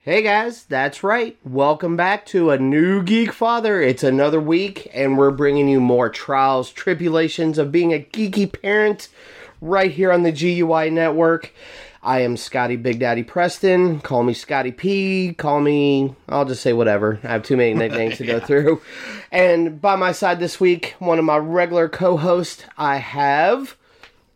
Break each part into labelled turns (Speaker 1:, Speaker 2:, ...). Speaker 1: Hey guys, that's right. Welcome back to a new Geek Father. It's another week, and we're bringing you more trials, tribulations of being a geeky parent right here on the GUI network. I am Scotty Big Daddy Preston. Call me Scotty P. Call me, I'll just say whatever. I have too many nicknames to go through. And by my side this week, one of my regular co hosts, I have.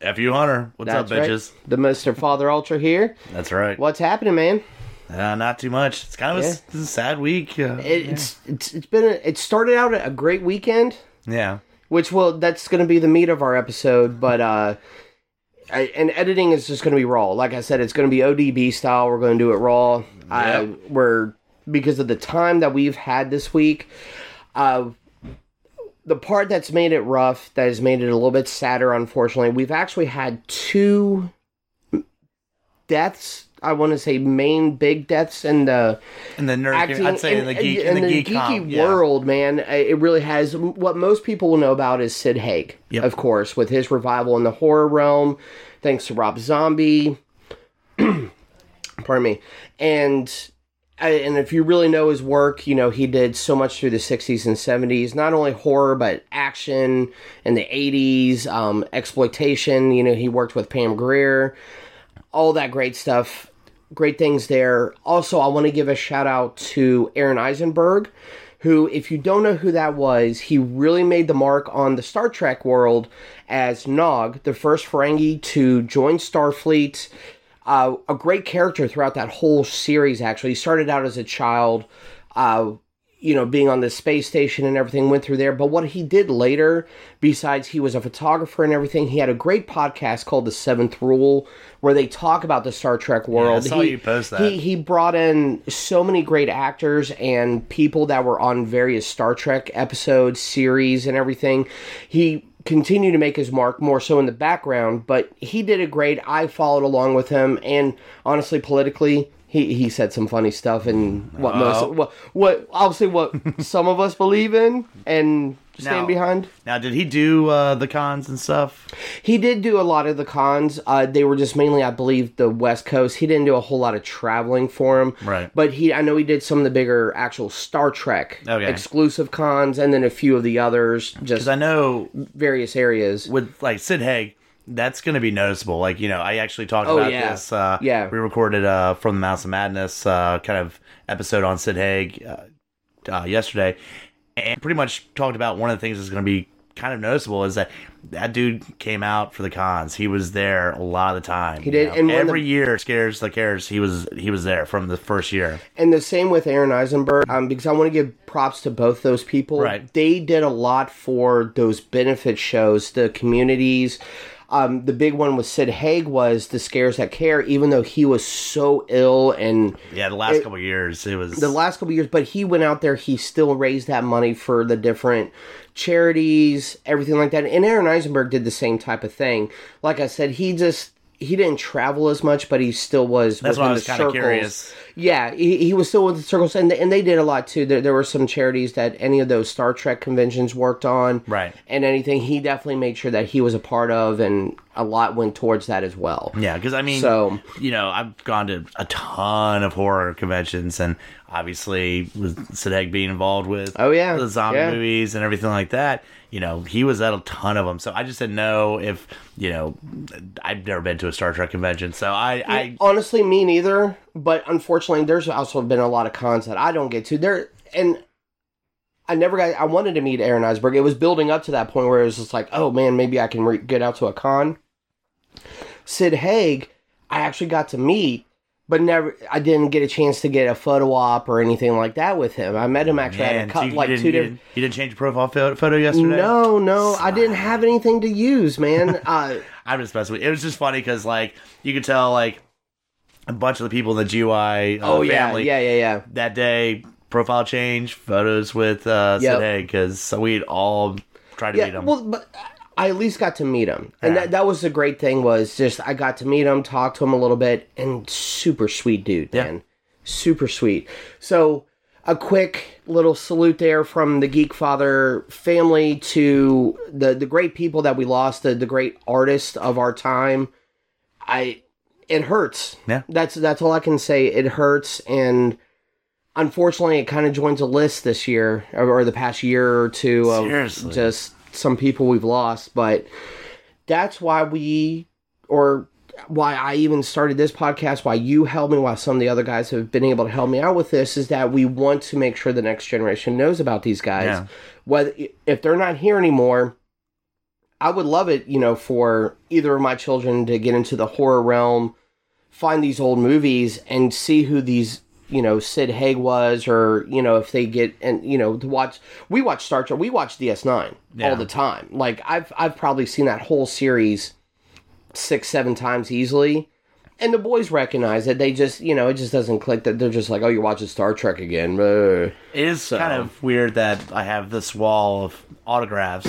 Speaker 2: F you, Hunter. What's up,
Speaker 1: right,
Speaker 2: bitches?
Speaker 1: the Mr. Father Ultra here.
Speaker 2: That's right.
Speaker 1: What's happening, man?
Speaker 2: Uh, not too much. It's kind of a, s- this is a sad week. Uh,
Speaker 1: It- it's it's it's been a, it started out a great weekend,
Speaker 2: yeah.
Speaker 1: which will that's going to be the meat of our episode. But uh, I, and editing is just going to be raw. Like I said, it's going to be ODB style. We're going to do it raw. I,
Speaker 2: Yep.
Speaker 1: we're because of the time that we've had this week. Uh, the part that's made it rough, that has made it a little bit sadder. Unfortunately, we've actually had two deaths. I want to say main big deaths in the
Speaker 2: In the nerd,
Speaker 1: acting
Speaker 2: I'd say in the geek, in, the, geek comp,
Speaker 1: geeky
Speaker 2: yeah.
Speaker 1: world, man, uh, it really has. What most people will know about is Sid Haig,
Speaker 2: Yep.
Speaker 1: of course, with his revival in the horror realm, thanks to Rob Zombie. pardon me, and. I- And if you really know his work, you know, he did so much through the 60s and 70s, not only horror, but action in the 80s, um, exploitation. You know, he worked with Pam Grier all that great stuff. Great things there. Also, I want to give a shout out to Aaron Eisenberg, who, if you don't know who that was, he really made the mark on the Star Trek world as Nog, the first Ferengi to join Starfleet. Uh, a great character throughout that whole series, actually. He started out as a child, uh, you know, being on the space station and everything went through there. But what he did later, besides he was a photographer and everything, he had a great podcast called The Seventh Rule, where they talk about the Star Trek world.
Speaker 2: saw
Speaker 1: he,
Speaker 2: you post that.
Speaker 1: He, he brought in so many great actors and people that were on various Star Trek episodes, series, and everything. He continued to make his mark more so in the background, but he did a great. I followed along with him, and honestly, politically. He, he said some funny stuff and what most what, what obviously what some of us believe in and stand
Speaker 2: Now-
Speaker 1: behind.
Speaker 2: Now, did he do uh, the cons and stuff?
Speaker 1: He did do a lot of the cons. Uh, they were just mainly, I believe, the West Coast. He didn't do a whole lot of traveling for him.
Speaker 2: Right.
Speaker 1: But he, I know he did some of the bigger actual Star Trek
Speaker 2: Okay.
Speaker 1: exclusive cons, and then a few of the others, just
Speaker 2: Because I know
Speaker 1: various areas.
Speaker 2: with like Sid Haig, that's going to be noticeable. Like you know, I actually talked
Speaker 1: Oh,
Speaker 2: about
Speaker 1: yeah.
Speaker 2: this. Uh,
Speaker 1: Yeah.
Speaker 2: we recorded uh, from the Mouse of Madness uh, kind of episode on Sid Haig uh, uh, yesterday, and pretty much talked about one of the things that's going to be kind of noticeable is that that dude came out for the cons. He was there a lot of the time. He
Speaker 1: did, and one of
Speaker 2: every
Speaker 1: the-
Speaker 2: year, scares the cares. He was he was there from the first year.
Speaker 1: And the same with Aaron Eisenberg, um, because I want to give props to both those people.
Speaker 2: Right.
Speaker 1: They did a lot for those benefit shows, the communities. Um, the big one with Sid Haig was the scares that care, even though he was so ill and
Speaker 2: Yeah, the last couple of years, it was
Speaker 1: the last couple years, but he went out there. He still raised that money for the different charities, everything like that. And Aaron Eisenberg did the same type of thing. Like I said, he just he didn't travel as much, but he still was.
Speaker 2: That's why I
Speaker 1: within
Speaker 2: was
Speaker 1: the
Speaker 2: kinda
Speaker 1: circles.
Speaker 2: curious.
Speaker 1: Yeah, he, he was still with the circles, and and they did a lot too. There, there were some charities that any of those Star Trek conventions worked on,
Speaker 2: Right.
Speaker 1: And anything he definitely made sure that he was a part of, and a lot went towards that as well.
Speaker 2: Yeah, because I mean,
Speaker 1: So-
Speaker 2: you know, I've gone to a ton of horror conventions, and obviously with Sadek being involved with,
Speaker 1: Oh, yeah.
Speaker 2: the zombie
Speaker 1: Yeah.
Speaker 2: movies and everything like that. You know, he was at a ton of them. So I just didn't know if you know, I've never been to a Star Trek convention, so I, I
Speaker 1: honestly me neither but unfortunately there's also been a lot of cons that i don't get to there and i never got i wanted to meet aaron eisberg it was building up to that point where it was just like oh man maybe i can re- get out to a con sid haig i actually got to meet but never i didn't get a chance to get a photo op or anything like that with him i met him actually at
Speaker 2: man,
Speaker 1: a
Speaker 2: so
Speaker 1: Oh, cut
Speaker 2: you
Speaker 1: like
Speaker 2: didn't,
Speaker 1: two
Speaker 2: you,
Speaker 1: different
Speaker 2: didn't, you didn't change your profile pho- photo yesterday.
Speaker 1: no no i didn't have anything to use man uh
Speaker 2: I'm just messing with. It was just funny because like you could tell like a bunch of the people in the GUI uh,
Speaker 1: Oh yeah,
Speaker 2: family
Speaker 1: yeah, yeah, yeah.
Speaker 2: that day. Profile change, photos with uh,
Speaker 1: Yep.
Speaker 2: Sid because we'd all tried to meet
Speaker 1: Yeah,
Speaker 2: him.
Speaker 1: well, but I at least got to meet him, and
Speaker 2: Yeah.
Speaker 1: that, that was the great thing was just I got to meet him, talk to him a little bit, and super sweet dude,
Speaker 2: Yeah.
Speaker 1: man, super sweet. So a quick little salute there from the Geek Father family to the the great people that we lost, the the great artists of our time. I it hurts.
Speaker 2: Yeah.
Speaker 1: That's that's all I can say. It hurts and unfortunately it kind of joins a list this year or, or the past year or two of
Speaker 2: Seriously.
Speaker 1: just some people we've lost, but that's why we or why I even started this podcast, why you helped me, why some of the other guys have been able to help me out with this is that we want to make sure the next generation knows about these guys.
Speaker 2: Yeah.
Speaker 1: Whether if they're not here anymore, I would love it, you know, for either of my children to get into the horror realm, find these old movies, and see who these, you know, Sid Haig was, or you know, if they get and you know to watch. We watch Star Trek. We watch DS Nine
Speaker 2: Yeah.
Speaker 1: all the time. Like I've I've probably seen that whole series six seven times easily. And the boys recognize it. They just, you know, it just doesn't click. That they're just like, oh, you're watching Star Trek again. Uh,
Speaker 2: It is kind of weird that I have this wall of autographs,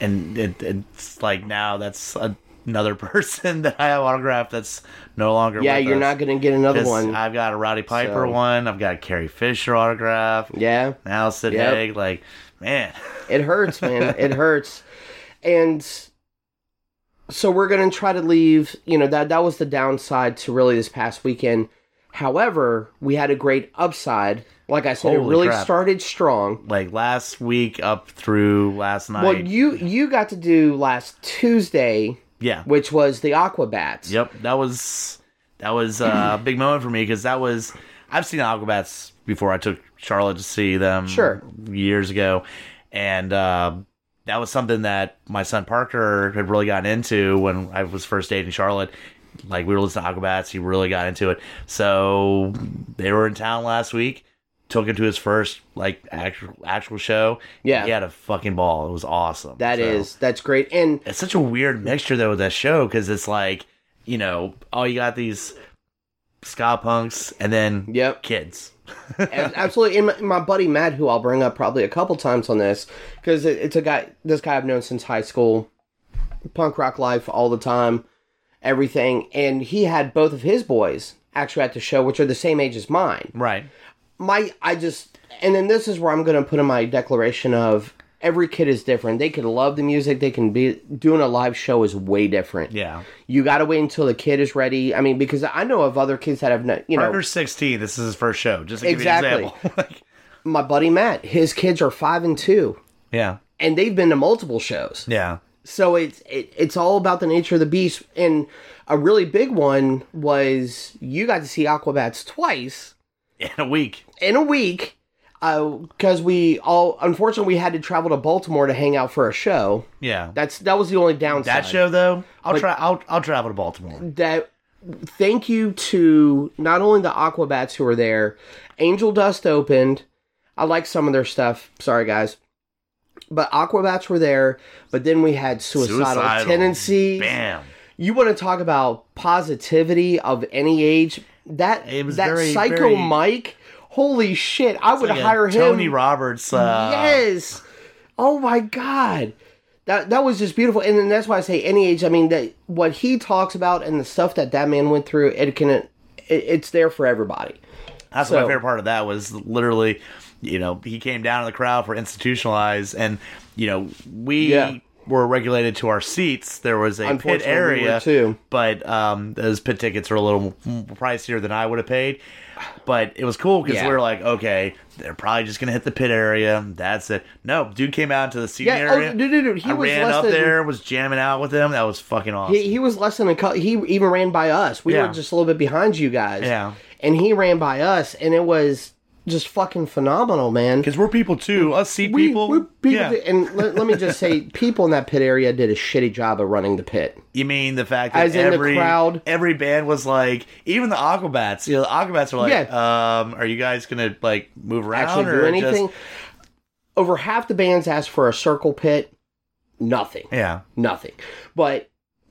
Speaker 2: and it, it's like now that's a, another person that I have autographed that's no longer.
Speaker 1: Yeah,
Speaker 2: with
Speaker 1: you're
Speaker 2: us.
Speaker 1: not going to get another
Speaker 2: 'Cause
Speaker 1: one.
Speaker 2: I've got a Roddy Piper
Speaker 1: So-
Speaker 2: one. I've got a Carrie Fisher autograph.
Speaker 1: yeah.
Speaker 2: Now Sid
Speaker 1: Yep.
Speaker 2: Haig, like man,
Speaker 1: It hurts, man. it hurts. And so we're going to try to leave, you know, that that was the downside to really this past weekend. However, we had a great upside. Like I said, it
Speaker 2: Holy
Speaker 1: really
Speaker 2: crap.
Speaker 1: started strong.
Speaker 2: like last week up through last night.
Speaker 1: Well, you you got to do last Tuesday,
Speaker 2: yeah,
Speaker 1: which was the Aquabats.
Speaker 2: Yep, that was that was uh, a big moment for me because that was I've seen Aquabats before. I took Charlotte to see them
Speaker 1: Sure.
Speaker 2: years ago, and uh, that was something that my son Parker had really gotten into when I was first dating Charlotte. Like we were listening to Aquabats, he really got into it. So they were in town last week. Took him to his first like actual actual show.
Speaker 1: Yeah.
Speaker 2: he had a fucking ball. It was awesome.
Speaker 1: That
Speaker 2: So-
Speaker 1: is that's great. And
Speaker 2: it's such a weird mixture though with that show because it's like you know oh you got these ska punks and then
Speaker 1: Yep.
Speaker 2: kids
Speaker 1: Ab- Absolutely. And my, my buddy Matt, who I'll bring up probably a couple times on this, because it, it's a guy, this guy I've known since high school, punk rock life all the time, everything. And he had both of his boys actually at the show, which are the same age as mine.
Speaker 2: right
Speaker 1: My, I just, and then this is where I'm going to put in my declaration of every kid is different. They could love the music, they can be doing a live show is way different.
Speaker 2: yeah
Speaker 1: You got to wait until the kid is ready. I mean, because I know of other kids that have, no, you know,
Speaker 2: Parker's 16 this is his first show just to give you
Speaker 1: Exactly.
Speaker 2: an example Like,
Speaker 1: my buddy Matt, his kids are five and two.
Speaker 2: yeah
Speaker 1: and they've been to multiple shows.
Speaker 2: yeah
Speaker 1: So it's it, it's all about the nature of the beast. And a really big one was you got to see Aquabats twice
Speaker 2: in a week
Speaker 1: in a week because we all unfortunately we had to travel to Baltimore to hang out for a show.
Speaker 2: yeah that,
Speaker 1: That's that was the only downside.
Speaker 2: show though i'll
Speaker 1: Like-
Speaker 2: try I'll, I'll travel to baltimore
Speaker 1: that. Thank you to not only the Aquabats who were there, Angel Dust opened. I like some of their stuff. Sorry guys. But Aquabats were there, but then we had suicidal, tendencies.
Speaker 2: bam
Speaker 1: you want to talk about positivity of any age that
Speaker 2: It was
Speaker 1: that
Speaker 2: very,
Speaker 1: psycho
Speaker 2: very-
Speaker 1: mike holy shit i would
Speaker 2: Like a
Speaker 1: hire him
Speaker 2: tony roberts uh
Speaker 1: yes oh my god that that was just beautiful and then that's why i say any age i mean that what he talks about and the stuff that that man went through it can it, it's there for everybody
Speaker 2: That's
Speaker 1: So-
Speaker 2: my favorite part of that was literally, you know, he came down in the crowd for institutionalized, and you know we
Speaker 1: Yeah.
Speaker 2: were regulated to our seats. There was a pit
Speaker 1: Unfortunately, we
Speaker 2: area
Speaker 1: were too.
Speaker 2: but um, those pit tickets are a little m- pricier than I would have paid. But it was cool because
Speaker 1: Yeah.
Speaker 2: we were like, okay, they're probably just gonna hit the pit area. That's it. No, dude came out to the seating
Speaker 1: Yeah, oh,
Speaker 2: area.
Speaker 1: dude, dude, dude, he
Speaker 2: I
Speaker 1: was
Speaker 2: ran
Speaker 1: less
Speaker 2: up
Speaker 1: than-
Speaker 2: there, was jamming out with him. That was fucking awesome.
Speaker 1: He, he was less than a couple. He even ran by us. We
Speaker 2: Yeah.
Speaker 1: were just a little bit behind you guys.
Speaker 2: Yeah.
Speaker 1: And he ran by us, and it was just fucking phenomenal, man.
Speaker 2: because we're people too, us seat
Speaker 1: We-
Speaker 2: people.
Speaker 1: we're people
Speaker 2: yeah.
Speaker 1: that- and let, let me just say, people in that pit area did a shitty job of running the pit.
Speaker 2: You mean the fact that
Speaker 1: As in the
Speaker 2: every
Speaker 1: crowd?
Speaker 2: every band was like, even the Aquabats. You know, the Aquabats were like, um, "Are you guys gonna like move around
Speaker 1: Actually,
Speaker 2: or
Speaker 1: do anything.
Speaker 2: Just,
Speaker 1: Over half the bands asked for a circle pit. Nothing.
Speaker 2: yeah,
Speaker 1: Nothing. But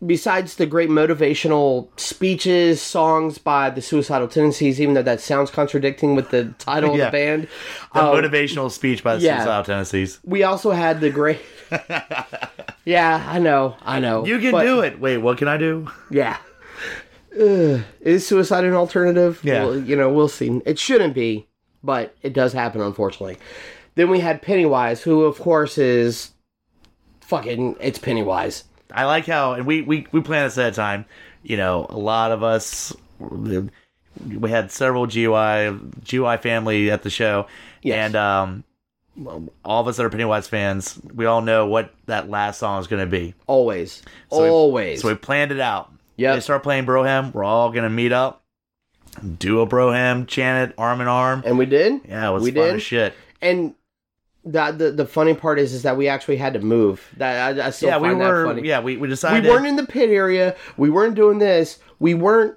Speaker 1: besides the great motivational speeches, songs by the Suicidal Tendencies, even though that sounds contradicting with the title
Speaker 2: Yeah.
Speaker 1: of the band,
Speaker 2: The
Speaker 1: um,
Speaker 2: motivational speech by the
Speaker 1: yeah.
Speaker 2: Suicidal Tendencies.
Speaker 1: we also had the great. yeah, I know, I know.
Speaker 2: You can
Speaker 1: But-
Speaker 2: do it. Wait, what can I do?
Speaker 1: Yeah. Ugh. Uh, Is suicide an alternative?
Speaker 2: Yeah.
Speaker 1: Well, you know, we'll see. It shouldn't be, but it does happen, unfortunately. Then we had Pennywise, who, of course, is fucking. It's Pennywise.
Speaker 2: I like how, and we we we planned this at a time. You know, a lot of us, we had several GUI GUI family at the show,
Speaker 1: Yes.
Speaker 2: and um, all of us that are Pennywise fans, we all know what that last song is going to be.
Speaker 1: Always.
Speaker 2: So we-
Speaker 1: Always.
Speaker 2: So we planned it out.
Speaker 1: Yep.
Speaker 2: They start playing Broham. We're all going to meet up, do a Broham, chant it arm in arm.
Speaker 1: and we did.
Speaker 2: Yeah, it was
Speaker 1: we
Speaker 2: fun
Speaker 1: did.
Speaker 2: as shit.
Speaker 1: And that the, the funny part is is that we actually had to move. That I, I still
Speaker 2: yeah, we
Speaker 1: find that
Speaker 2: were.
Speaker 1: funny.
Speaker 2: Yeah, we, we
Speaker 1: we
Speaker 2: decided.
Speaker 1: weren't in the pit area. We weren't doing this. We weren't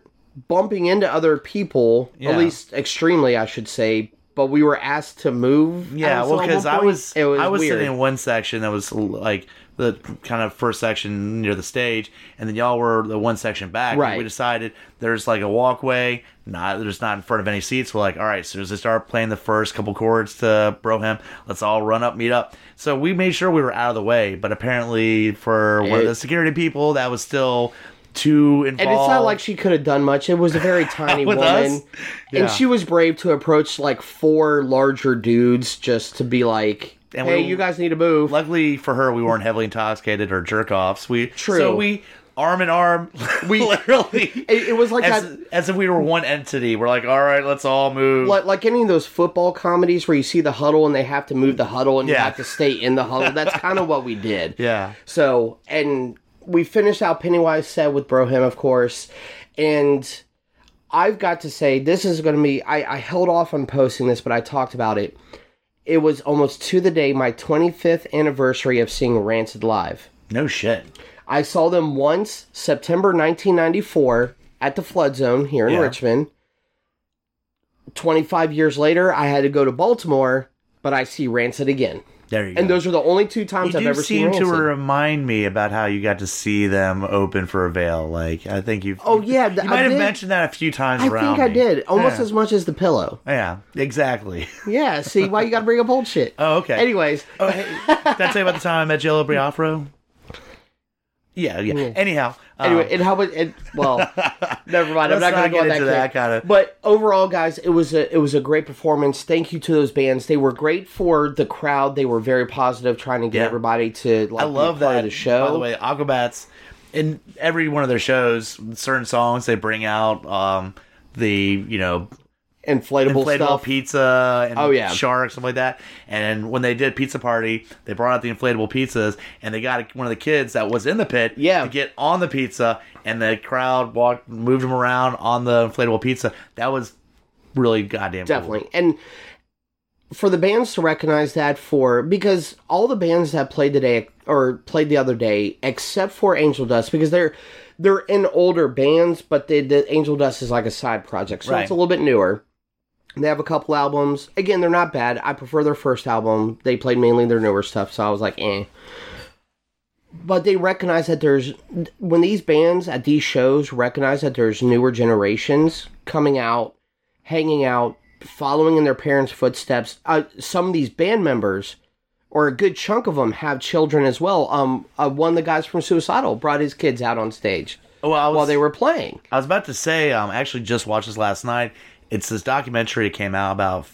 Speaker 1: bumping into other people.
Speaker 2: Yeah.
Speaker 1: At least extremely, I should say. But we were asked to move.
Speaker 2: Yeah,
Speaker 1: at
Speaker 2: well,
Speaker 1: some
Speaker 2: because I
Speaker 1: point.
Speaker 2: was,
Speaker 1: it was
Speaker 2: I was
Speaker 1: weird.
Speaker 2: sitting in one section that was like the kind of first section near the stage, and then y'all were the one section back. and
Speaker 1: Right.
Speaker 2: We decided there's like a walkway, not there's not in front of any seats. We're like, all right, as soon as they start playing the first couple chords to Broham, let's all run up, meet up. So we made sure we were out of the way, but apparently for one of
Speaker 1: It-
Speaker 2: the security people, that was still too involved.
Speaker 1: and it's not like she could have done much. It was a very tiny
Speaker 2: With
Speaker 1: woman,
Speaker 2: us? Yeah.
Speaker 1: and she was brave to approach like four larger dudes just to be like,
Speaker 2: And
Speaker 1: "Hey,
Speaker 2: we-
Speaker 1: you guys need to move."
Speaker 2: Luckily for her, we weren't heavily intoxicated or jerk offs. We
Speaker 1: True.
Speaker 2: So we arm in arm, we literally.
Speaker 1: it, it was like
Speaker 2: as,
Speaker 1: that.
Speaker 2: as if we were one entity. We're like, all right, let's all move.
Speaker 1: Like, like any of those football comedies where you see the huddle and they have to move the huddle and you
Speaker 2: Yeah.
Speaker 1: have to stay in the huddle. That's kind of what we did.
Speaker 2: yeah,
Speaker 1: So, and we finished out Pennywise set with Broham, of course. And I've got to say, this is going to be, I, I held off on posting this, but I talked about it. It was almost to the day my 25th anniversary of seeing Rancid Live.
Speaker 2: no shit.
Speaker 1: I saw them once, September 1994, at the Flood Zone here in
Speaker 2: Yeah.
Speaker 1: Richmond. 25 years later, I had to go to Baltimore, but I see Rancid again.
Speaker 2: There you go.
Speaker 1: And those are the only two times
Speaker 2: you
Speaker 1: I've
Speaker 2: do
Speaker 1: ever seen Rancid.
Speaker 2: seem to remind me about how you got to see them open for a veil. Like I think you've.
Speaker 1: Oh, yeah, th-
Speaker 2: you
Speaker 1: I
Speaker 2: might have
Speaker 1: did.
Speaker 2: mentioned that a few times.
Speaker 1: I
Speaker 2: around
Speaker 1: think I
Speaker 2: me.
Speaker 1: did, almost
Speaker 2: Yeah.
Speaker 1: as much as the pillow.
Speaker 2: Yeah, exactly.
Speaker 1: Yeah, see why you gotta bring up old shit.
Speaker 2: Oh, okay.
Speaker 1: Anyways,
Speaker 2: Oh, hey, did I tell you about the time I met Jello Biafro? Yeah, yeah. Anyhow, um,
Speaker 1: anyway, and how about and, well, never mind. I'm
Speaker 2: Let's
Speaker 1: not gonna
Speaker 2: not
Speaker 1: go on
Speaker 2: get
Speaker 1: that,
Speaker 2: into that
Speaker 1: kick.
Speaker 2: kinda-
Speaker 1: But overall, guys, it was a it was a great performance. Thank you to those bands. They were great for the crowd. They were very positive, trying to get
Speaker 2: Yeah.
Speaker 1: everybody to like.
Speaker 2: I love
Speaker 1: be a part
Speaker 2: that.
Speaker 1: of the show.
Speaker 2: By the way, Aquabats in every one of their shows, certain songs they bring out um, the you know
Speaker 1: inflatable,
Speaker 2: inflatable
Speaker 1: stuff.
Speaker 2: pizza and
Speaker 1: Oh, yeah.
Speaker 2: sharks stuff like that. And when they did pizza party, they brought out the inflatable pizzas and they got one of the kids that was in the pit
Speaker 1: Yeah.
Speaker 2: to get on the pizza and the crowd walked moved him around on the inflatable pizza. That was really goddamn cool.
Speaker 1: definitely and for the bands to recognize that for because all the bands that played today or played the other day except for angel dust because they're they're in older bands but the, the angel dust is like a side project so
Speaker 2: Right.
Speaker 1: it's a little bit newer they have a couple albums again they're not bad i prefer their first album they played mainly their newer stuff so i was like eh but they recognize that there's when these bands at these shows recognize that there's newer generations coming out hanging out, following in their parents' footsteps. Uh, some of these band members, or a good chunk of them, have children as well. Um, uh, one of the guys from Suicidal brought his kids out on stage
Speaker 2: Oh, Well, I was,
Speaker 1: while they were playing.
Speaker 2: I was about to say, um, I actually just watched this last night. It's this documentary that came out about,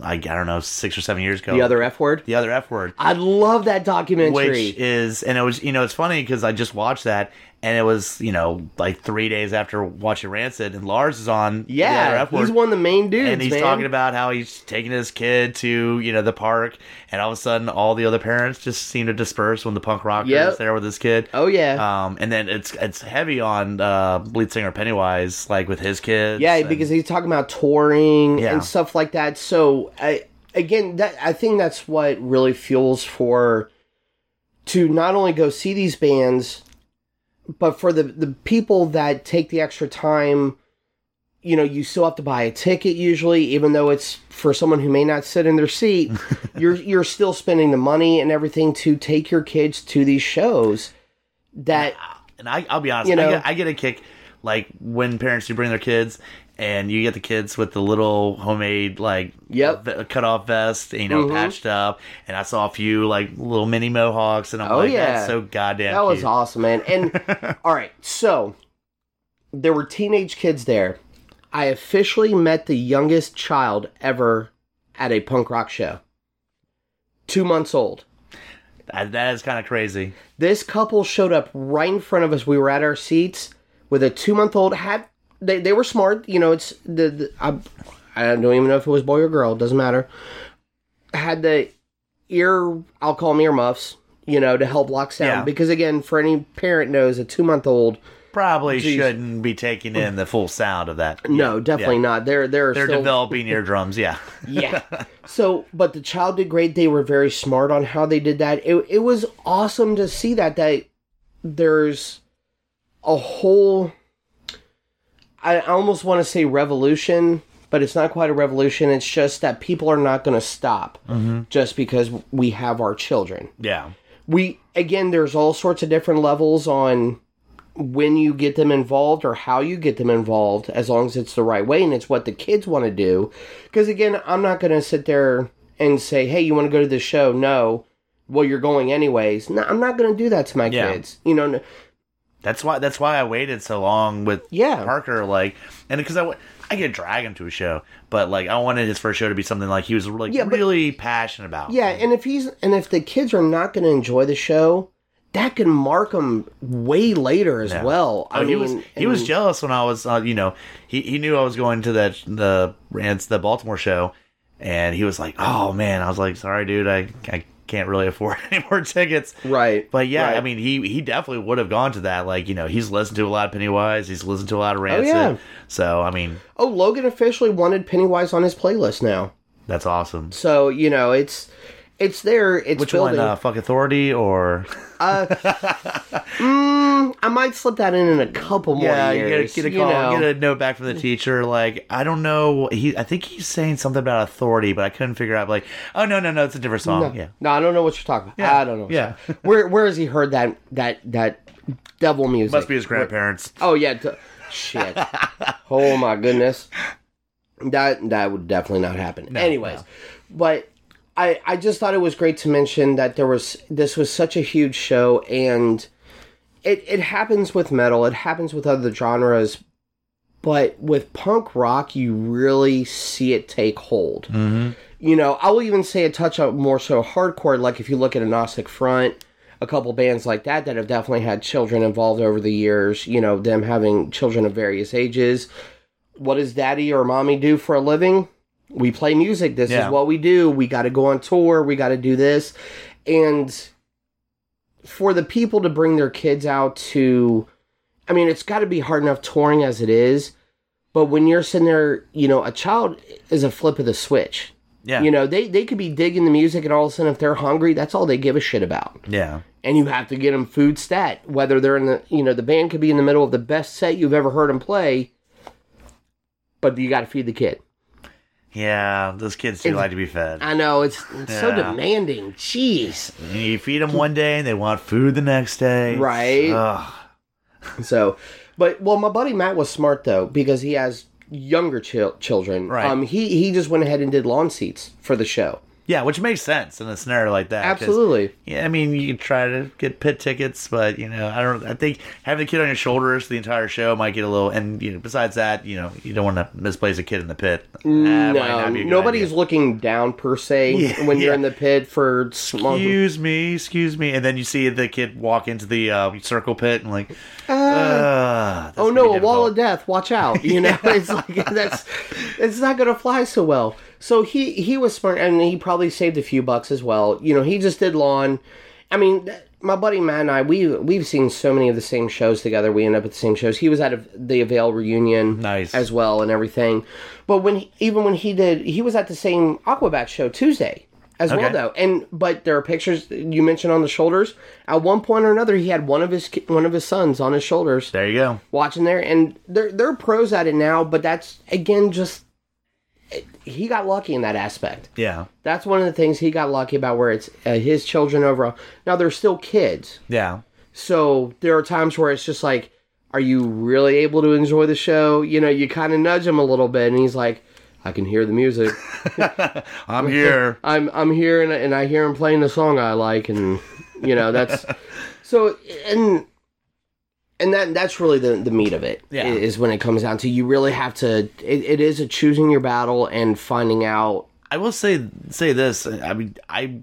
Speaker 2: I, I don't know, six or seven years ago.
Speaker 1: The other F word.
Speaker 2: the other F word,
Speaker 1: I love that documentary.
Speaker 2: which is, and it was, you know, it's funny because I just watched that, and it was, you know, like three days after watching Rancid, and Lars is on, the other
Speaker 1: yeah,
Speaker 2: F word,
Speaker 1: he's one of the main dudes.
Speaker 2: and he's
Speaker 1: man.
Speaker 2: talking about how he's taking his kid to, you know, the park, and all of a sudden, all the other parents just seem to disperse when the punk rocker
Speaker 1: Yep.
Speaker 2: is there with his kid.
Speaker 1: Oh yeah,
Speaker 2: Um, and then it's it's heavy on uh, lead singer Pennywise, like with his kids.
Speaker 1: yeah,
Speaker 2: and-
Speaker 1: because he's talking about touring
Speaker 2: Yeah.
Speaker 1: and stuff like that. So I again, that I think that's what really fuels for to not only go see these bands, but for the the people that take the extra time. You know, you still have to buy a ticket usually, even though it's for someone who may not sit in their seat. you're you're still spending the money and everything to take your kids to these shows. That
Speaker 2: and I, I'll be honest,
Speaker 1: You know-
Speaker 2: I, get, I get a kick like when parents do bring their kids, and you get the kids with the little homemade like
Speaker 1: Yep.
Speaker 2: v- cut off vest, you know,
Speaker 1: Mhm.
Speaker 2: patched up. And I saw a few like little mini mohawks, and I'm
Speaker 1: Oh,
Speaker 2: like,
Speaker 1: yeah.
Speaker 2: that's so goddamn.
Speaker 1: that was
Speaker 2: cute."
Speaker 1: awesome, man. And all right, so there were teenage kids there. I officially met the youngest child ever at a punk rock show. Two months old.
Speaker 2: That- that is kind of crazy.
Speaker 1: This couple showed up right in front of us. We were at our seats with a two month old. Had they, they were smart. You know, it's the, the I, I don't even know if it was boy or girl. It doesn't matter. Had the ear, I'll call them earmuffs. You know, to help lock sound
Speaker 2: Yeah.
Speaker 1: because again, for any parent knows a two month old.
Speaker 2: Probably
Speaker 1: Jeez.
Speaker 2: shouldn't be taking in the full sound of that.
Speaker 1: No, definitely not. They're they're,
Speaker 2: They're
Speaker 1: still,
Speaker 2: developing eardrums, yeah.
Speaker 1: yeah. So, but the child did great. They were very smart on how they did that. It it was awesome to see that that there's a whole. I almost want to say revolution, but it's not quite a revolution. It's just that people are not going to stop just because we have our children
Speaker 2: Yeah.
Speaker 1: we again there's all sorts of different levels on when you get them involved or how you get them involved as long as it's the right way and it's what the kids want to do because again i'm not going to sit there and say hey you want to go to the show no well you're going anyways no i'm not going to do that to my
Speaker 2: Yeah.
Speaker 1: kids you know no,
Speaker 2: That's why that's why I waited so long with
Speaker 1: Yeah.
Speaker 2: Parker like and because I wa- I could drag him to a show, but like I wanted his first show to be something like he was like
Speaker 1: Yeah, but-
Speaker 2: really passionate about.
Speaker 1: yeah and if he's and if the kids are not going to enjoy the show that can mark them way later as
Speaker 2: Yeah.
Speaker 1: well
Speaker 2: Oh, he was he was
Speaker 1: and-
Speaker 2: jealous when I was uh, you know he, he knew I was going to that the it's the Baltimore show and he was like oh man I was like sorry dude I I can't really afford any more tickets
Speaker 1: right
Speaker 2: But yeah,
Speaker 1: right.
Speaker 2: I mean, he he definitely would have gone to that. Like, you know, he's listened to a lot of Pennywise. He's listened to a lot of Rancid.
Speaker 1: Oh, yeah.
Speaker 2: So, I mean,
Speaker 1: oh logan officially wanted pennywise on his playlist now
Speaker 2: that's awesome.
Speaker 1: So you know, it's it's there. It's
Speaker 2: Which
Speaker 1: building.
Speaker 2: one, uh, Fuck Authority or?
Speaker 1: Mm, I might slip that in in a couple more
Speaker 2: yeah, you
Speaker 1: years.
Speaker 2: get a, get a
Speaker 1: you
Speaker 2: call,
Speaker 1: know.
Speaker 2: get a note back from the teacher. Like, I don't know. He, I think he's saying something about Authority, but I couldn't figure out. Like, oh no, no, no, it's a different song. Yeah,
Speaker 1: No, I don't know what you're talking about.
Speaker 2: Yeah,
Speaker 1: I don't know. what you're
Speaker 2: yeah.
Speaker 1: talking about. where where has he heard that that that devil music?
Speaker 2: must be his grandparents.
Speaker 1: Oh yeah. t- shit. oh my goodness. That that would definitely not happen. Anyways, but I I just thought it was great to mention that there was this was such a huge show and it it happens with metal, it happens with other genres, but with punk rock you really see it take hold. Mm-hmm. You know, I will even say a touch up more so hardcore like if you look at a Gnostic Front a couple bands like that that have definitely had children involved over the years, you know, them having children of various ages. What does daddy or mommy do for a living? We play music. This
Speaker 2: Yeah.
Speaker 1: is what we do. We got to go on tour. We got to do this. And for the people to bring their kids out to, I mean, it's got to be hard enough touring as it is. But when you're sitting there, you know, a child is a flip of the switch.
Speaker 2: Yeah,
Speaker 1: You know, they, they could be digging the music, and all of a sudden, if they're hungry, that's all they give a shit about
Speaker 2: yeah,
Speaker 1: and you have to get them food stat. Whether they're in the, you know, the band could be in the middle of the best set you've ever heard them play, but you got to feed the kid.
Speaker 2: yeah. Those kids do
Speaker 1: It's-
Speaker 2: like to be fed.
Speaker 1: I know it's, it's so
Speaker 2: Yeah.
Speaker 1: demanding. Jeez.
Speaker 2: you feed them one day, and they want food the next day.
Speaker 1: Right.
Speaker 2: Ugh.
Speaker 1: So, but well, my buddy Matt was smart though because he has younger chil- children.
Speaker 2: Right.
Speaker 1: Um, he he just went ahead and did lawn seats for the show.
Speaker 2: Yeah, which makes sense in a scenario like that. 'cause-
Speaker 1: Absolutely.
Speaker 2: Yeah, I mean, you could try to get pit tickets, but you know, I don't. I think having a kid on your shoulders the entire show might get a little. And you know, besides that, you know, you don't want to misplace a kid in the pit. That might
Speaker 1: No,
Speaker 2: not be a good
Speaker 1: nobody's
Speaker 2: idea.
Speaker 1: looking down per se
Speaker 2: Yeah,
Speaker 1: when you're
Speaker 2: yeah.
Speaker 1: in the pit for small.
Speaker 2: Excuse me, excuse me, and then you see the kid walk into the uh, circle pit and like, "Ugh, that's
Speaker 1: Ah. oh
Speaker 2: gonna
Speaker 1: no,
Speaker 2: be
Speaker 1: a wall of
Speaker 2: difficult."
Speaker 1: death. Watch out! You know, it's like that's it's not going to fly so well. So he he was smart, and he probably saved a few bucks as well. You know, he just did lawn. I mean, th- my buddy Matt and I we we've seen so many of the same shows together. We end up at the same shows. He was at a, the Avail reunion,
Speaker 2: Nice.
Speaker 1: as well, and everything. But when he, even when he did, he was at the same Aquabat show Tuesday. As well,
Speaker 2: Okay.
Speaker 1: though, and but there are pictures you mentioned on the shoulders. At one point or another, he had one of his ki- one of his sons on his shoulders,
Speaker 2: There you go.
Speaker 1: watching there, and they're they're pros at it now. But that's again just he got lucky in that aspect.
Speaker 2: Yeah,
Speaker 1: That's one of the things he got lucky about, where it's uh, his children overall. Now they're still kids,
Speaker 2: yeah,
Speaker 1: So there are times where it's just like, are you really able to enjoy the show? You know, you kind of nudge him a little bit, and he's like, I can hear the music.
Speaker 2: I'm here.
Speaker 1: I'm I'm here and, and I hear him playing the song I like and you know that's so and and that that's really the the meat of it i-
Speaker 2: Yeah.
Speaker 1: is when it comes down to you really have to it, it is a choosing your battle and finding out
Speaker 2: I will say say this. I mean, I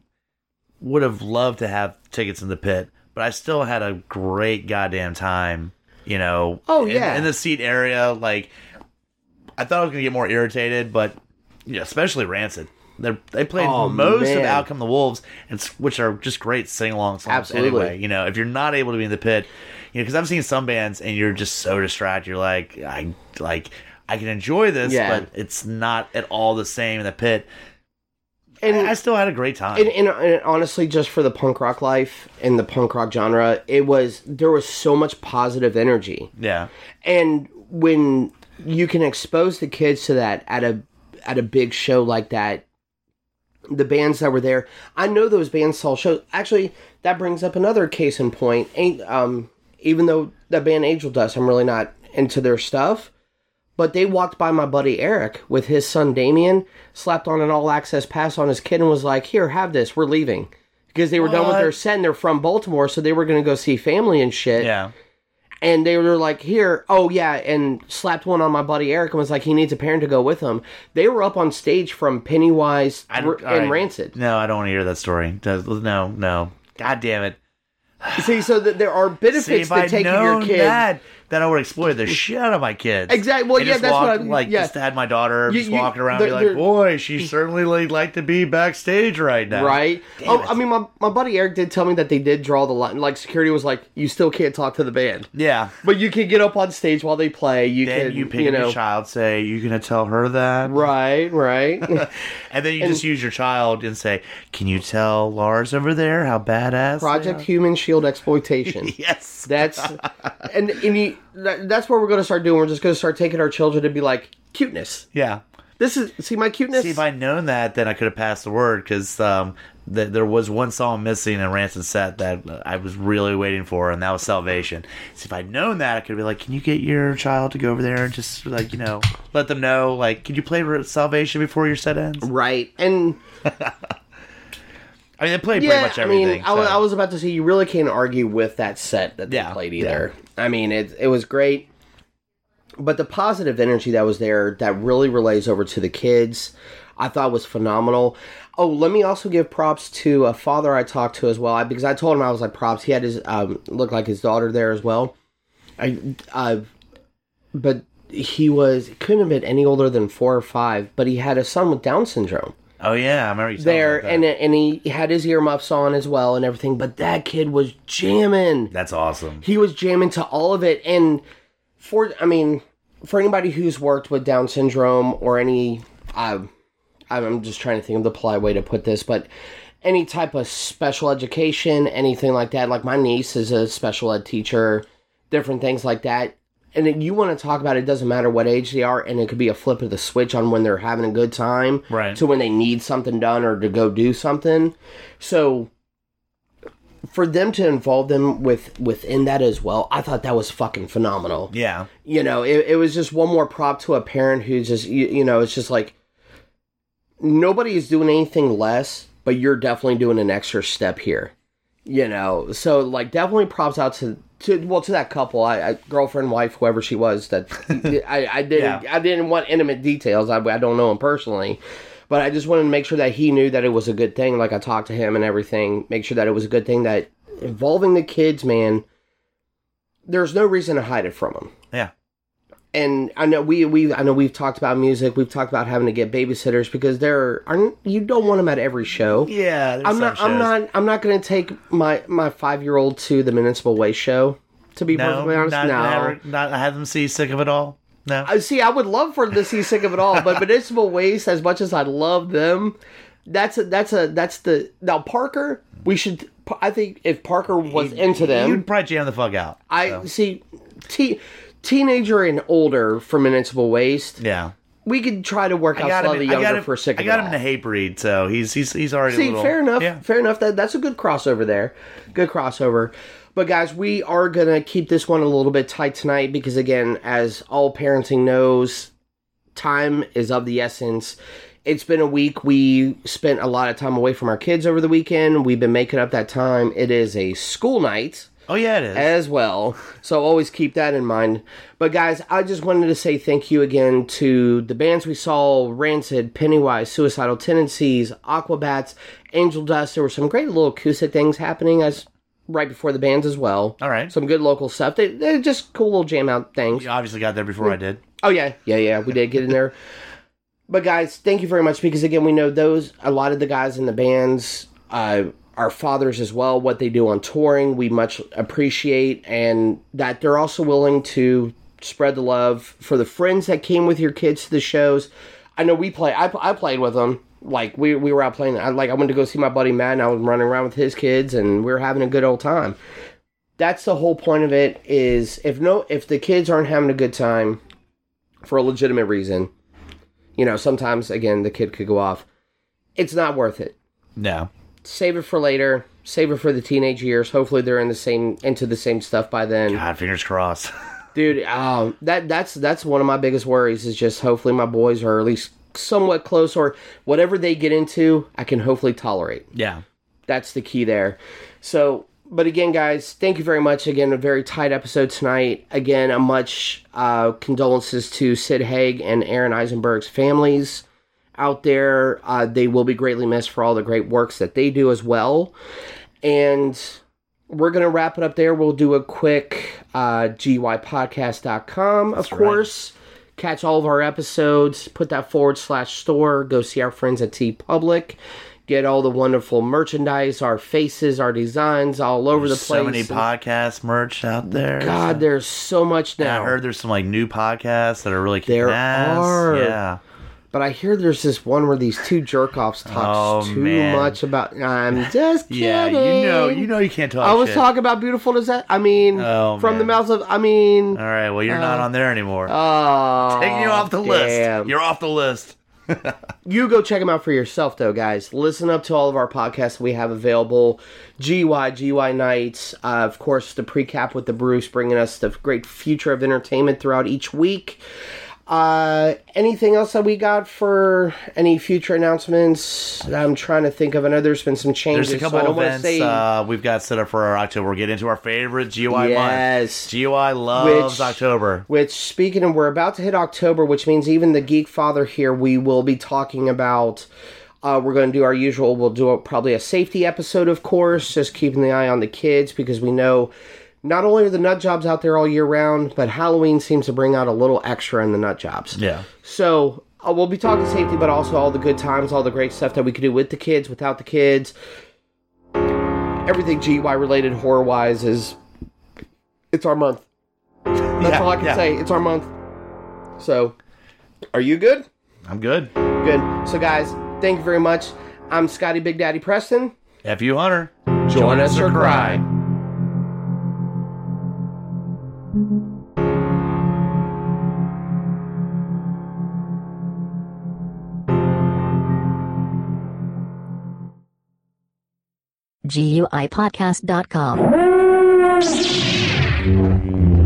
Speaker 2: would have loved to have tickets in the pit, but I still had a great goddamn time. You know,
Speaker 1: Oh,
Speaker 2: in-
Speaker 1: yeah.
Speaker 2: in the seat area. Like, I thought I was gonna get more irritated, but yeah, especially Rancid. They they played
Speaker 1: Oh,
Speaker 2: most of
Speaker 1: man.
Speaker 2: Out Come the Wolves, and s- which are just great sing along songs.
Speaker 1: Absolutely.
Speaker 2: Anyway, you know, if you're not able to be in the pit, you know, because I've seen some bands and you're just so distracted. You're like, I like. I can enjoy this,
Speaker 1: Yeah.
Speaker 2: but it's not at all the same in the pit.
Speaker 1: and
Speaker 2: I still had a great time.
Speaker 1: and, and, and honestly, just for the punk rock life and the punk rock genre, it was there was so much positive energy.
Speaker 2: yeah,
Speaker 1: and when you can expose the kids to that at a at a big show like that the bands that were there i know those bands saw shows actually that brings up another case in point Ain't- um, even though that band angel dust i'm really not into their stuff but they walked by my buddy eric with his son damien slapped on an all access pass on his kid and was like here have this we're leaving because they were done with
Speaker 2: What?
Speaker 1: their set and they're from baltimore so they were going to go see family and shit
Speaker 2: yeah.
Speaker 1: and they were like, "Here, oh yeah," and slapped one on my buddy Eric and was like, "He needs a parent to go with him." They were up on stage from Pennywise
Speaker 2: I
Speaker 1: r-
Speaker 2: don't-
Speaker 1: and
Speaker 2: all right.
Speaker 1: Rancid.
Speaker 2: No, I don't want to hear that story. Does- No, no. God damn it.
Speaker 1: See, so th- there are benefits
Speaker 2: See, if
Speaker 1: to
Speaker 2: I'd
Speaker 1: taking your
Speaker 2: known
Speaker 1: kid.
Speaker 2: that, then I would exploit the shit out of my kids.
Speaker 1: Exact- well,
Speaker 2: And
Speaker 1: yeah,
Speaker 2: just
Speaker 1: that's what
Speaker 2: walk-
Speaker 1: I-
Speaker 2: like.
Speaker 1: yeah.
Speaker 2: Just had my daughter
Speaker 1: You-
Speaker 2: just
Speaker 1: you-
Speaker 2: walking around, and be
Speaker 1: they're-
Speaker 2: like,
Speaker 1: they're-
Speaker 2: "Boy, she certainly like, like to be backstage right now."
Speaker 1: Right?
Speaker 2: Damn
Speaker 1: oh,
Speaker 2: it.
Speaker 1: I mean, my, my buddy Eric did tell me that they did draw the line. Like, security was like, you still can't talk to the band.
Speaker 2: Yeah.
Speaker 1: But you can get up on stage while they play. You
Speaker 2: Then
Speaker 1: can,
Speaker 2: you
Speaker 1: you,
Speaker 2: pick up
Speaker 1: know.
Speaker 2: your child, say, "You gonna tell her that?"
Speaker 1: Right, right.
Speaker 2: And then you just use your child and say, "Can you tell Lars over there how badass?" they
Speaker 1: Project
Speaker 2: are?"
Speaker 1: Human Shield Exploitation.
Speaker 2: Yes.
Speaker 1: That's and and you, that, that's what we're going to start doing. We're just going to start taking our children to be like cuteness.
Speaker 2: yeah.
Speaker 1: This is see my cuteness.
Speaker 2: See, if I'd known that, then I could have passed the word because um, th- there was one song missing in Rancid set that I was really waiting for, and that was Salvation. So if I'd known that, I could be like, "Can you get your child to go over there and just like you know let them know like, can you play Re- Salvation before your set ends?"
Speaker 1: right and
Speaker 2: I mean, they played
Speaker 1: yeah,
Speaker 2: pretty much everything.
Speaker 1: I mean, I, wa-
Speaker 2: so-
Speaker 1: I was about to say you really can't argue with that set that they
Speaker 2: Yeah,
Speaker 1: played either. I mean, it it was great, but the positive energy that was there that really relays over to the kids, I thought was phenomenal. Oh, let me also give props to a father I talked to as well I- because I told him I was like props. He had his um, looked like his daughter there as well. I, I, but he was couldn't have been any older than four or five. But he had a son with Down syndrome
Speaker 2: oh yeah, I remember you telling me
Speaker 1: there
Speaker 2: about that.
Speaker 1: and and he had his earmuffs on as well and everything but that kid was jamming
Speaker 2: that's awesome.
Speaker 1: he was jamming to all of it and for i mean for anybody who's worked with down syndrome or any i i'm just trying to think of the polite way to put this but any type of special education anything like that like my niece is a special ed teacher different things like that and then you want to talk about it doesn't matter what age they are and it could be a flip of the switch on when they're having a good time
Speaker 2: Right.
Speaker 1: to when they need something done or to go do something so for them to involve them with within that as well i thought that was fucking phenomenal
Speaker 2: Yeah,
Speaker 1: you know it, it was just one more prop to a parent who's just you, you know it's just like nobody is doing anything less but you're definitely doing an extra step here you know so like definitely props out to to well to that couple i, I girlfriend wife whoever she was that i i didn't
Speaker 2: Yeah.
Speaker 1: i didn't want intimate details I, I don't know him personally but i just wanted to make sure that he knew that it was a good thing like i talked to him and everything make sure that it was a good thing that involving the kids man there's no reason to hide it from them
Speaker 2: yeah,
Speaker 1: and I know we we I know we've talked about music. We've talked about having to get babysitters because there are you don't want them at every show.
Speaker 2: yeah. there's
Speaker 1: I'm
Speaker 2: some
Speaker 1: not I'm
Speaker 2: shows.
Speaker 1: not I'm not going to take my my five year old to the Municipal Waste show. To be
Speaker 2: No,
Speaker 1: perfectly honest,
Speaker 2: not,
Speaker 1: no.
Speaker 2: Not, not have them see sick of it all. No,
Speaker 1: I see. I would love for the see sick of it all, but Municipal Waste, as much as I love them, that's a, that's a that's the now Parker. We should. I think if Parker was into them,
Speaker 2: you'd probably jam the fuck out.
Speaker 1: um, I see. Te- teenager and older for Municipal Waste.
Speaker 2: yeah.
Speaker 1: we could try to work
Speaker 2: I
Speaker 1: out
Speaker 2: got him.
Speaker 1: slightly
Speaker 2: in- I
Speaker 1: younger
Speaker 2: got him,
Speaker 1: for sick
Speaker 2: I got him in a hate breed, so he's he's he's already a
Speaker 1: See,
Speaker 2: little,
Speaker 1: fair enough.
Speaker 2: Yeah,
Speaker 1: Fair enough. That that's a good crossover there. Good crossover. But guys, we are gonna keep this one a little bit tight tonight because again, as all parenting knows, time is of the essence. It's been a week. We spent a lot of time away from our kids over the weekend. We've been making up that time. It is a school night
Speaker 2: Oh yeah, it is.
Speaker 1: as well. So always keep that in mind. But guys, I just wanted to say thank you again to the bands we saw Rancid, Pennywise, Suicidal Tendencies, Aquabats, Angel Dust. There were some great little acoustic things happening as right before the bands as well.
Speaker 2: All right.
Speaker 1: Some good local stuff. They, they're just cool little jam out things.
Speaker 2: you obviously got there before I did.
Speaker 1: Oh yeah, yeah, yeah. We did get in there. but guys, thank you very much because again, we know those a lot of the guys in the bands uh, are fathers as well. What they do on touring, we much appreciate, and that they're also willing to spread the love for the friends that came with your kids to the shows. I know we play. I, I played with them. Like we, we were out playing. I, like I went to go see my buddy Matt, and I was running around with his kids, and we were having a good old time. That's the whole point of it. Is if no if the kids aren't having a good time, for a legitimate reason. You know, sometimes again the kid could go off. It's not worth it.
Speaker 2: No.
Speaker 1: Save it for later. Save it for the teenage years. Hopefully they're in the same into the same stuff by then.
Speaker 2: God, fingers crossed.
Speaker 1: Dude, um, that that's that's one of my biggest worries is just hopefully my boys are at least somewhat close or whatever they get into, I can hopefully tolerate
Speaker 2: yeah.
Speaker 1: that's the key there. So, but again, guys, thank you very much. Again, a very tight episode tonight. Again, a much uh, condolences to Sid Haig and Aaron Eisenberg's families out there. Uh, they will be greatly missed for all the great works that they do as well. And we're going to wrap it up there. We'll do a quick uh, gypodcast.com, of
Speaker 2: right.
Speaker 1: course. Catch all of our episodes, put that forward slash store, go see our friends at T Public, get all the wonderful merchandise, our faces, our designs all over the place.
Speaker 2: So many podcast merch out there.
Speaker 1: God, there's so much
Speaker 2: And
Speaker 1: now.
Speaker 2: I heard there's some like new podcasts that are really kicking
Speaker 1: There
Speaker 2: ass.
Speaker 1: are.
Speaker 2: Yeah.
Speaker 1: But I hear there's this one where these two jerk offs talk
Speaker 2: Oh,
Speaker 1: too
Speaker 2: man.
Speaker 1: much about. I'm just kidding.
Speaker 2: Yeah, you know, you know, you can't talk.
Speaker 1: I was
Speaker 2: shit.
Speaker 1: talking about beautiful disaster. I mean,
Speaker 2: Oh,
Speaker 1: from the
Speaker 2: man. Oh,
Speaker 1: mouths of. I mean,
Speaker 2: All right, well, you're not on there anymore.
Speaker 1: oh,
Speaker 2: Taking you off the
Speaker 1: damn.
Speaker 2: list. You're off the list.
Speaker 1: you go check them out for yourself though guys listen up to all of our podcasts we have available gy gy nights uh, of course the recap with the bruce bringing us the great future of entertainment throughout each week uh, anything else that we got for any future announcements i'm trying to think of i know there's been some changes
Speaker 2: There's a couple
Speaker 1: so I don't wanna
Speaker 2: events
Speaker 1: say-
Speaker 2: uh, we've got set up for our October. We're getting into our favorite GUI
Speaker 1: Yes.
Speaker 2: month. GUI loves
Speaker 1: Which-
Speaker 2: October.
Speaker 1: Which, speaking of, we're about to hit October, which means even the Geek Father here, we will be talking about. Uh, we're going to do our usual. We'll do a, probably a safety episode, of course, just keeping the eye on the kids because we know not only are the nut jobs out there all year round, but Halloween seems to bring out a little extra in the nut jobs.
Speaker 2: Yeah.
Speaker 1: So uh, we'll be talking safety, but also all the good times, all the great stuff that we can do with the kids, without the kids. Everything GY related, horror wise, is it's our month. That's
Speaker 2: Yeah,
Speaker 1: all I can
Speaker 2: yeah.
Speaker 1: say. It's our month. So, are you good?
Speaker 2: I'm good.
Speaker 1: Good. So, guys, thank you very much. I'm Scotty Big Daddy Preston.
Speaker 2: FU Hunter.
Speaker 1: Join us or cry.
Speaker 3: GUIPodcast.com.